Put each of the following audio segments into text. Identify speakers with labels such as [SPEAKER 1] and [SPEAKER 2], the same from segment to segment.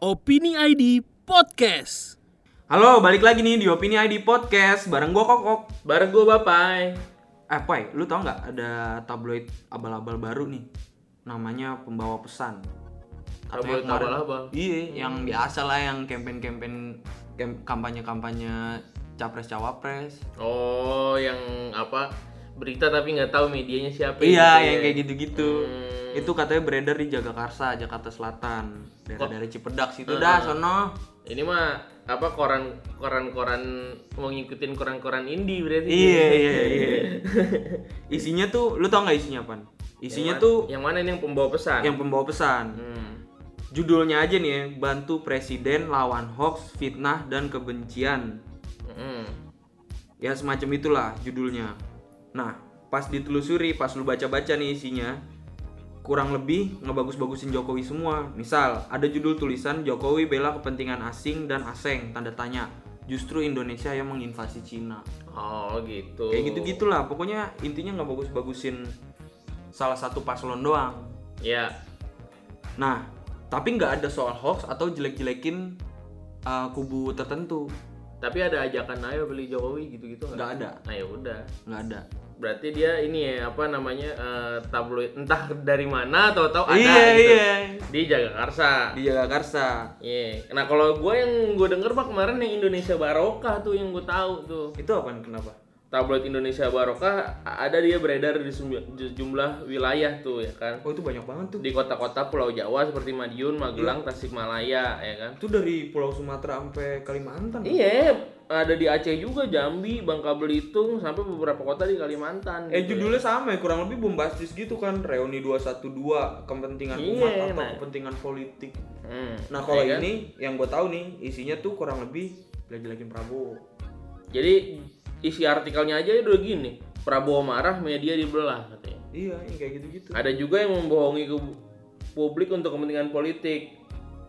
[SPEAKER 1] Opini ID Podcast.
[SPEAKER 2] Halo, balik lagi nih di Opini ID Podcast bareng gua Kokok.
[SPEAKER 3] Bareng gue Bapai
[SPEAKER 2] Eh, Pai, lu tau nggak ada tabloid abal-abal baru nih? Namanya pembawa pesan.
[SPEAKER 3] Tabloid
[SPEAKER 2] yang kemarin-
[SPEAKER 3] abal-abal?
[SPEAKER 2] Iya, yang biasa lah yang kampanye-kampanye kam- kampanye-kampanye capres cawapres.
[SPEAKER 3] Oh yang apa Berita tapi nggak tahu medianya siapa
[SPEAKER 2] Iya,
[SPEAKER 3] gitu
[SPEAKER 2] yang
[SPEAKER 3] ya.
[SPEAKER 2] kayak gitu-gitu.
[SPEAKER 3] Hmm.
[SPEAKER 2] Itu katanya beredar di Jagakarsa, Jakarta Selatan. Daerah-daerah Cipedak situ dah, sono.
[SPEAKER 3] Ini mah apa koran koran koran mau ngikutin koran koran indie berarti
[SPEAKER 2] Iya, iya, iya. Isinya tuh, lu tau nggak isinya apa? Isinya
[SPEAKER 3] Ma-
[SPEAKER 2] tuh
[SPEAKER 3] yang mana nih yang pembawa pesan
[SPEAKER 2] yang pembawa pesan.
[SPEAKER 3] Hmm.
[SPEAKER 2] Judulnya aja nih ya, bantu presiden lawan hoax, fitnah dan kebencian.
[SPEAKER 3] Mm-mm.
[SPEAKER 2] Ya semacam itulah judulnya. Nah, pas ditelusuri, pas lu baca-baca nih isinya, kurang lebih ngebagus-bagusin Jokowi semua. Misal, ada judul tulisan Jokowi bela kepentingan asing dan aseng, tanda tanya. Justru Indonesia yang menginvasi Cina.
[SPEAKER 3] oh gitu
[SPEAKER 2] Kayak gitu-gitulah, pokoknya intinya nggak bagus-bagusin salah satu paslon doang.
[SPEAKER 3] ya
[SPEAKER 2] Nah, tapi nggak ada soal hoax atau jelek-jelekin uh, kubu tertentu.
[SPEAKER 3] tapi ada ajakan ayo beli Jokowi gitu gitu
[SPEAKER 2] Nggak ada,
[SPEAKER 3] nah ya udah
[SPEAKER 2] nggak ada.
[SPEAKER 3] berarti dia ini ya apa namanya eh, tabloid entah dari mana tahu-tahu ada
[SPEAKER 2] iya,
[SPEAKER 3] gitu
[SPEAKER 2] iya.
[SPEAKER 3] di Jagakarsa
[SPEAKER 2] Di Jagakarsa.
[SPEAKER 3] Iya, nah kalau gue yang gue denger pak kemarin yang Indonesia Barokah tuh yang gue tahu tuh
[SPEAKER 2] Itu apa kenapa?
[SPEAKER 3] tabloid Indonesia Barokah ada dia beredar di sejum- sejumlah wilayah tuh ya kan
[SPEAKER 2] Oh, itu banyak banget tuh.
[SPEAKER 3] di kota-kota Pulau Jawa seperti Madiun,
[SPEAKER 2] Iya.
[SPEAKER 3] Magelang, Tasikmalaya ya kan.
[SPEAKER 2] Itu dari Pulau Sumatera sampai Kalimantan.
[SPEAKER 3] Iya, ada di Aceh juga, Jambi, Bangka Belitung sampai beberapa kota di Kalimantan.
[SPEAKER 2] Eh
[SPEAKER 3] gitu
[SPEAKER 2] judulnya sama ya, kurang lebih bombastis gitu kan. Reuni 212 kepentingan
[SPEAKER 3] Iya,
[SPEAKER 2] umat atau
[SPEAKER 3] nah.
[SPEAKER 2] kepentingan politik.
[SPEAKER 3] ya. Hmm,
[SPEAKER 2] Nah, kalau
[SPEAKER 3] ya kan?
[SPEAKER 2] ini yang gue tahu nih, isinya tuh kurang lebih jelek-jelekin Prabowo.
[SPEAKER 3] Jadi isi artikelnya aja udah gini. Prabowo marah, media dibelah katanya.
[SPEAKER 2] Iya, yang kayak gitu-gitu.
[SPEAKER 3] Ada juga yang membohongi ke publik untuk kepentingan politik,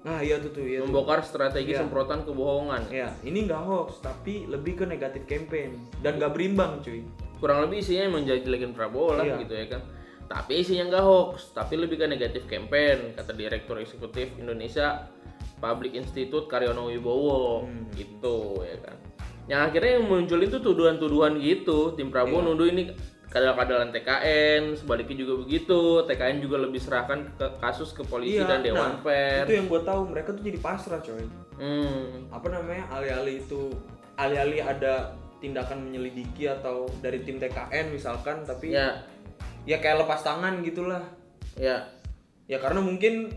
[SPEAKER 2] Nah, iya tuh tuh, iya tuh.
[SPEAKER 3] membongkar strategi semprotan kebohongan.
[SPEAKER 2] Ya, ini nggak hoax, tapi lebih ke negatif campaign dan nggak berimbang, cuy.
[SPEAKER 3] Kurang lebih isinya emang jelekin Prabowo lah
[SPEAKER 2] Iya.
[SPEAKER 3] gitu ya kan. Tapi isinya nggak hoax, tapi lebih ke negatif campaign, kata Direktur Eksekutif Indonesia Public Institute Karyono Wibowo
[SPEAKER 2] Hmm.
[SPEAKER 3] gitu ya kan. Yang akhirnya yang muncul itu tuduhan-tuduhan gitu, tim
[SPEAKER 2] Iya.
[SPEAKER 3] Prabowo nuduh ini kadal-kadalan TKN, sebaliknya juga begitu. TKN juga lebih serahkan ke kasus ke polisi dan Dewan
[SPEAKER 2] nah,
[SPEAKER 3] Pers.
[SPEAKER 2] Itu yang gue tahu, mereka tuh jadi pasrah, coy.
[SPEAKER 3] Hmm.
[SPEAKER 2] Apa namanya? Alih-alih itu alih-alih ada tindakan menyelidiki atau dari tim TKN misalkan, tapi ya,
[SPEAKER 3] Ya,
[SPEAKER 2] kayak lepas tangan gitulah.
[SPEAKER 3] ya.
[SPEAKER 2] Ya karena mungkin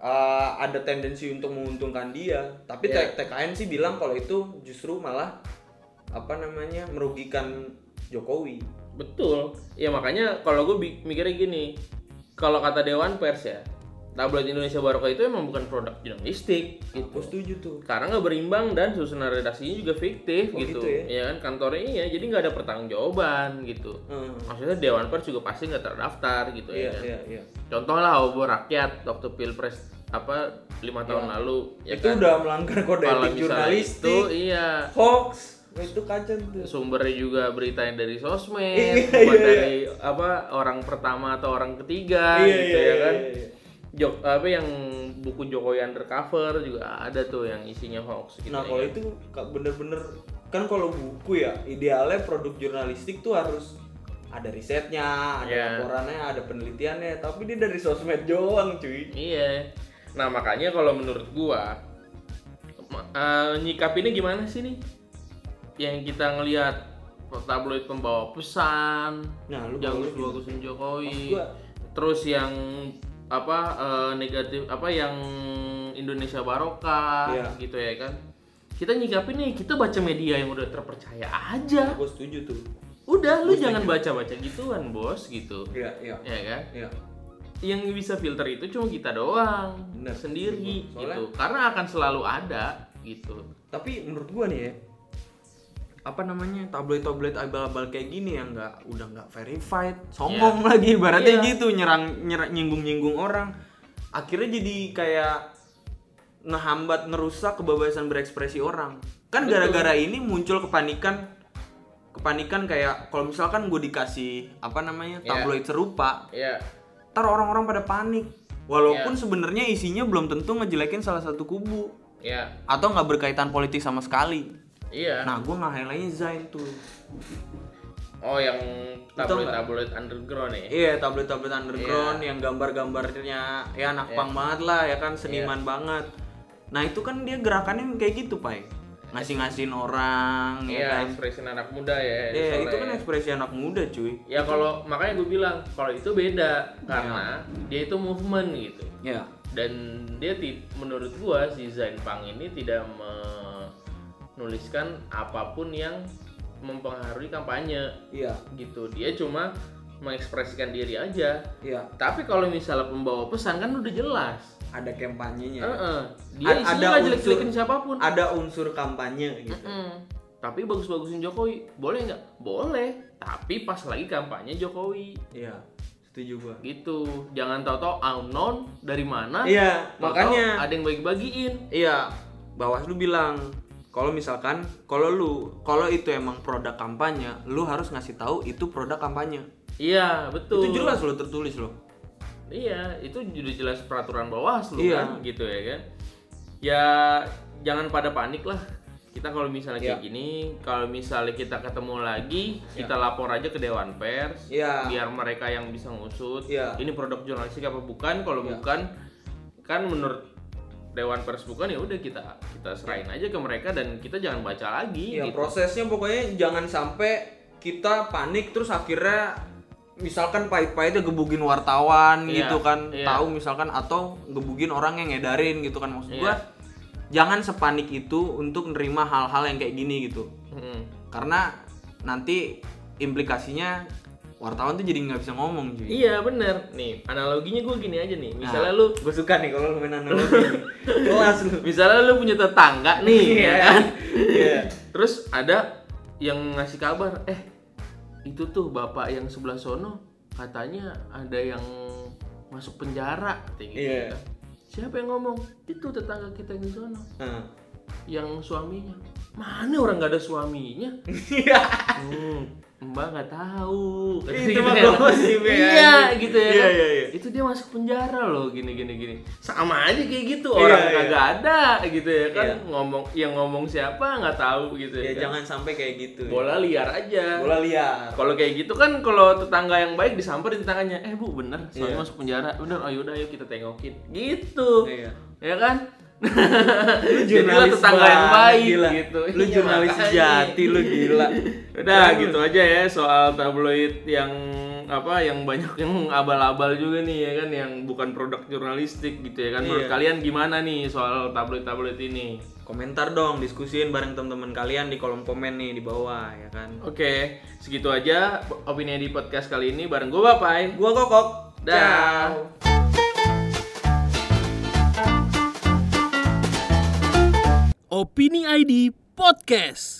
[SPEAKER 2] uh, ada tendensi untuk menguntungkan dia, tapi
[SPEAKER 3] Iya.
[SPEAKER 2] T- TKN sih bilang kalau itu justru malah apa namanya? merugikan Jokowi.
[SPEAKER 3] Betul. Ya makanya kalau gue bi- mikirnya gini, kalau kata Dewan Pers ya, tabloid Indonesia Barokah itu emang bukan produk jurnalistik gitu.
[SPEAKER 2] Gue setuju tuh.
[SPEAKER 3] Karena nggak berimbang dan susunan redaksinya juga fiktif
[SPEAKER 2] Oh,
[SPEAKER 3] gitu.
[SPEAKER 2] gitu ya?
[SPEAKER 3] kan kantornya iya, jadi nggak ada pertanggungjawaban gitu.
[SPEAKER 2] Hmm.
[SPEAKER 3] Maksudnya Dewan Pers juga pasti nggak terdaftar gitu
[SPEAKER 2] Iya,
[SPEAKER 3] ya. kan.
[SPEAKER 2] iya, iya.
[SPEAKER 3] Contoh lah obor rakyat waktu pilpres apa lima tahun lalu
[SPEAKER 2] Iya.
[SPEAKER 3] ya
[SPEAKER 2] itu
[SPEAKER 3] kan.
[SPEAKER 2] udah melanggar kode
[SPEAKER 3] Kalau
[SPEAKER 2] etik
[SPEAKER 3] misalnya
[SPEAKER 2] jurnalistik
[SPEAKER 3] itu iya
[SPEAKER 2] hoax Wah, itu kacau tuh
[SPEAKER 3] sumbernya juga berita yang dari sosmed,
[SPEAKER 2] Iya, iya,
[SPEAKER 3] bukan dari apa orang pertama atau orang ketiga gitu ya kan.
[SPEAKER 2] iya.
[SPEAKER 3] Jok apa yang buku Jokowi undercover juga ada tuh yang isinya hoax gitu.
[SPEAKER 2] nah
[SPEAKER 3] ya
[SPEAKER 2] kalau
[SPEAKER 3] kan.
[SPEAKER 2] itu ka- bener-bener kan kalau buku ya idealnya produk jurnalistik tuh harus ada risetnya, ada
[SPEAKER 3] Iya.
[SPEAKER 2] laporannya, ada penelitiannya, tapi dia dari sosmed doang cuy.
[SPEAKER 3] Iya. Nah, makanya kalau menurut gua ma- eh, nyikap ini gimana sih nih? Yang kita ngelihat tabloid pembawa pesan,
[SPEAKER 2] Nah, lu
[SPEAKER 3] yang
[SPEAKER 2] bagus
[SPEAKER 3] bagusin
[SPEAKER 2] Maksud
[SPEAKER 3] Jokowi.
[SPEAKER 2] gua-
[SPEAKER 3] Terus yang apa eh, negatif apa yang Indonesia Barokah
[SPEAKER 2] Iya.
[SPEAKER 3] gitu ya kan. Kita nyikapin nih, kita baca media yang udah terpercaya aja.
[SPEAKER 2] Gue setuju tuh.
[SPEAKER 3] Udah, lu jangan baca-baca gituan, Bos, gitu.
[SPEAKER 2] Iya, iya.
[SPEAKER 3] Ya kan?
[SPEAKER 2] Iya.
[SPEAKER 3] yang bisa filter itu cuma kita doang
[SPEAKER 2] Bener.
[SPEAKER 3] sendiri
[SPEAKER 2] Soalnya-
[SPEAKER 3] gitu karena akan selalu ada gitu
[SPEAKER 2] tapi menurut gua nih ya apa namanya tabloid-tabloid abal-abal kayak gini yang nggak udah nggak verified sombong lagi ibaratnya
[SPEAKER 3] Iya.
[SPEAKER 2] gitu nyerang nyerang nyinggung-nyinggung orang akhirnya jadi kayak ngehambat ngerusak kebebasan berekspresi orang kan
[SPEAKER 3] Betul.
[SPEAKER 2] gara-gara ini muncul kepanikan kepanikan kayak kalau misalkan gue dikasih apa namanya
[SPEAKER 3] Iya.
[SPEAKER 2] tabloid serupa
[SPEAKER 3] ya
[SPEAKER 2] ntar orang-orang pada panik Walaupun
[SPEAKER 3] Iya.
[SPEAKER 2] sebenarnya isinya belum tentu ngejelekin salah satu kubu
[SPEAKER 3] ya
[SPEAKER 2] atau nggak berkaitan politik sama sekali.
[SPEAKER 3] iya
[SPEAKER 2] Nah, gue nggak highlightnya Zain tuh.
[SPEAKER 3] oh yang
[SPEAKER 2] nggak?
[SPEAKER 3] tabloid tabloid underground ya
[SPEAKER 2] Iya, tablet-tablet underground yang gambar-gambarnya ya anak pang banget lah ya kan seniman banget. Nah, itu kan dia gerakannya kayak gitu, Pai. Ngasih-ngasihin orang
[SPEAKER 3] iya
[SPEAKER 2] ya kan.
[SPEAKER 3] ekspresi anak muda ya
[SPEAKER 2] Iya,
[SPEAKER 3] soalnya.
[SPEAKER 2] itu kan ekspresi anak muda, cuy.
[SPEAKER 3] ya kalau makanya gue bilang kalau itu beda karena dia itu movement gitu
[SPEAKER 2] Iya.
[SPEAKER 3] dan dia ti- menurut gua si Zain Pang ini tidak menuliskan apapun yang mempengaruhi kampanye
[SPEAKER 2] Iya.
[SPEAKER 3] gitu dia cuma mengekspresikan diri aja
[SPEAKER 2] Iya,
[SPEAKER 3] tapi kalau misalnya pembawa pesan kan udah jelas
[SPEAKER 2] ada kampanyenya.
[SPEAKER 3] Heeh. dia
[SPEAKER 2] Iya. A-
[SPEAKER 3] isinya
[SPEAKER 2] ada
[SPEAKER 3] nggak
[SPEAKER 2] unsur-
[SPEAKER 3] jelek-jelekin siapapun
[SPEAKER 2] Ada unsur kampanye gitu.
[SPEAKER 3] Mm-mm. tapi bagus-bagusin Jokowi boleh nggak boleh tapi pas lagi kampanye Jokowi
[SPEAKER 2] Iya, setuju gua.
[SPEAKER 3] gitu jangan tahu-tahu unknown dari mana
[SPEAKER 2] Iya,
[SPEAKER 3] Tahu-tahu
[SPEAKER 2] makanya
[SPEAKER 3] ada yang bagi-bagiin
[SPEAKER 2] Iya, Bawaslu bilang kalau misalkan kalau lu kalau itu emang produk kampanye, lu harus ngasih tahu itu produk kampanye.
[SPEAKER 3] Iya, betul.
[SPEAKER 2] Itu jelas lo tertulis lo.
[SPEAKER 3] Iya, itu udah jelas peraturan Bawaslu
[SPEAKER 2] Iya.
[SPEAKER 3] kan gitu ya kan. Ya jangan pada panik lah. Kita kalau misalnya
[SPEAKER 2] Iya.
[SPEAKER 3] kayak gini, kalau misalnya kita ketemu lagi, kita lapor aja ke Dewan Pers
[SPEAKER 2] Iya.
[SPEAKER 3] biar mereka yang bisa ngusut
[SPEAKER 2] Iya.
[SPEAKER 3] ini produk jurnalistik apa bukan. Kalau bukan kan menurut Dewan Pers bukan ya udah kita kita serahin aja ke mereka dan kita jangan baca lagi
[SPEAKER 2] Iya,
[SPEAKER 3] gitu.
[SPEAKER 2] prosesnya pokoknya jangan sampai kita panik terus akhirnya misalkan pahit-pahitnya gebugin wartawan
[SPEAKER 3] Iya,
[SPEAKER 2] gitu kan
[SPEAKER 3] iya.
[SPEAKER 2] tahu misalkan atau gebugin orang yang ngedarin gitu kan maksud
[SPEAKER 3] Iya.
[SPEAKER 2] gua jangan sepanik itu untuk nerima hal-hal yang kayak gini gitu
[SPEAKER 3] Mm-mm.
[SPEAKER 2] karena nanti implikasinya wartawan tuh jadi nggak bisa ngomong cuy. Nah.
[SPEAKER 3] Iya bener Nih analoginya gue gini aja nih Misalnya lu
[SPEAKER 2] gue suka nih kalau lu main analogi kelas lu
[SPEAKER 3] Misalnya lu punya tetangga nih, ya kan?
[SPEAKER 2] Iya.
[SPEAKER 3] Terus ada yang ngasih kabar, eh itu tuh bapak yang sebelah sono katanya ada yang masuk penjara, kayak gitu.
[SPEAKER 2] Iya.
[SPEAKER 3] kan. Siapa yang ngomong? Itu tetangga kita yang di sono,
[SPEAKER 2] Nah.
[SPEAKER 3] yang suaminya. Mana orang nggak ada suaminya? Hmm, Mbak nggak tahu. Kata
[SPEAKER 2] Iya. Itu
[SPEAKER 3] gitu
[SPEAKER 2] mah
[SPEAKER 3] kan.
[SPEAKER 2] gosip ya,
[SPEAKER 3] Iya,
[SPEAKER 2] anjing.
[SPEAKER 3] gitu ya.
[SPEAKER 2] Iya,
[SPEAKER 3] kan.
[SPEAKER 2] iya, iya.
[SPEAKER 3] Itu dia masuk penjara loh, gini gini gini. Sama aja kayak gitu, orang
[SPEAKER 2] Iya, iya.
[SPEAKER 3] kagak ada gitu ya kan.
[SPEAKER 2] Iya.
[SPEAKER 3] Ngomong yang ngomong siapa nggak tahu gitu
[SPEAKER 2] ya
[SPEAKER 3] ya. kan.
[SPEAKER 2] jangan sampai kayak gitu ya.
[SPEAKER 3] Bola liar aja.
[SPEAKER 2] bola liar
[SPEAKER 3] Kalau kayak gitu kan kalau tetangga yang baik disamperin tetangganya, "Eh, Bu, bener, soalnya
[SPEAKER 2] Iya.
[SPEAKER 3] masuk penjara." Bener, ayo udah ayo kita tengokin. Gitu.
[SPEAKER 2] Iya.
[SPEAKER 3] Ya kan?
[SPEAKER 2] lu
[SPEAKER 3] Jadilah tetangga yang
[SPEAKER 2] banget,
[SPEAKER 3] baik
[SPEAKER 2] gila.
[SPEAKER 3] gitu.
[SPEAKER 2] lu
[SPEAKER 3] Iya,
[SPEAKER 2] jurnalis
[SPEAKER 3] makanya.
[SPEAKER 2] sejati lu gila
[SPEAKER 3] Udah gitu aja ya soal tabloid yang apa yang banyak yang abal-abal juga nih ya kan yang bukan produk jurnalistik gitu ya kan.
[SPEAKER 2] Iya.
[SPEAKER 3] Menurut kalian gimana nih soal tabloid-tabloid ini?
[SPEAKER 2] komentar dong diskusin bareng teman-teman kalian di kolom komen nih di bawah ya kan
[SPEAKER 3] Oke, segitu aja opini di podcast kali ini bareng gue Bapai.
[SPEAKER 2] gua kokok
[SPEAKER 3] Dah.
[SPEAKER 2] Ciao.
[SPEAKER 1] Opini ID Podcast.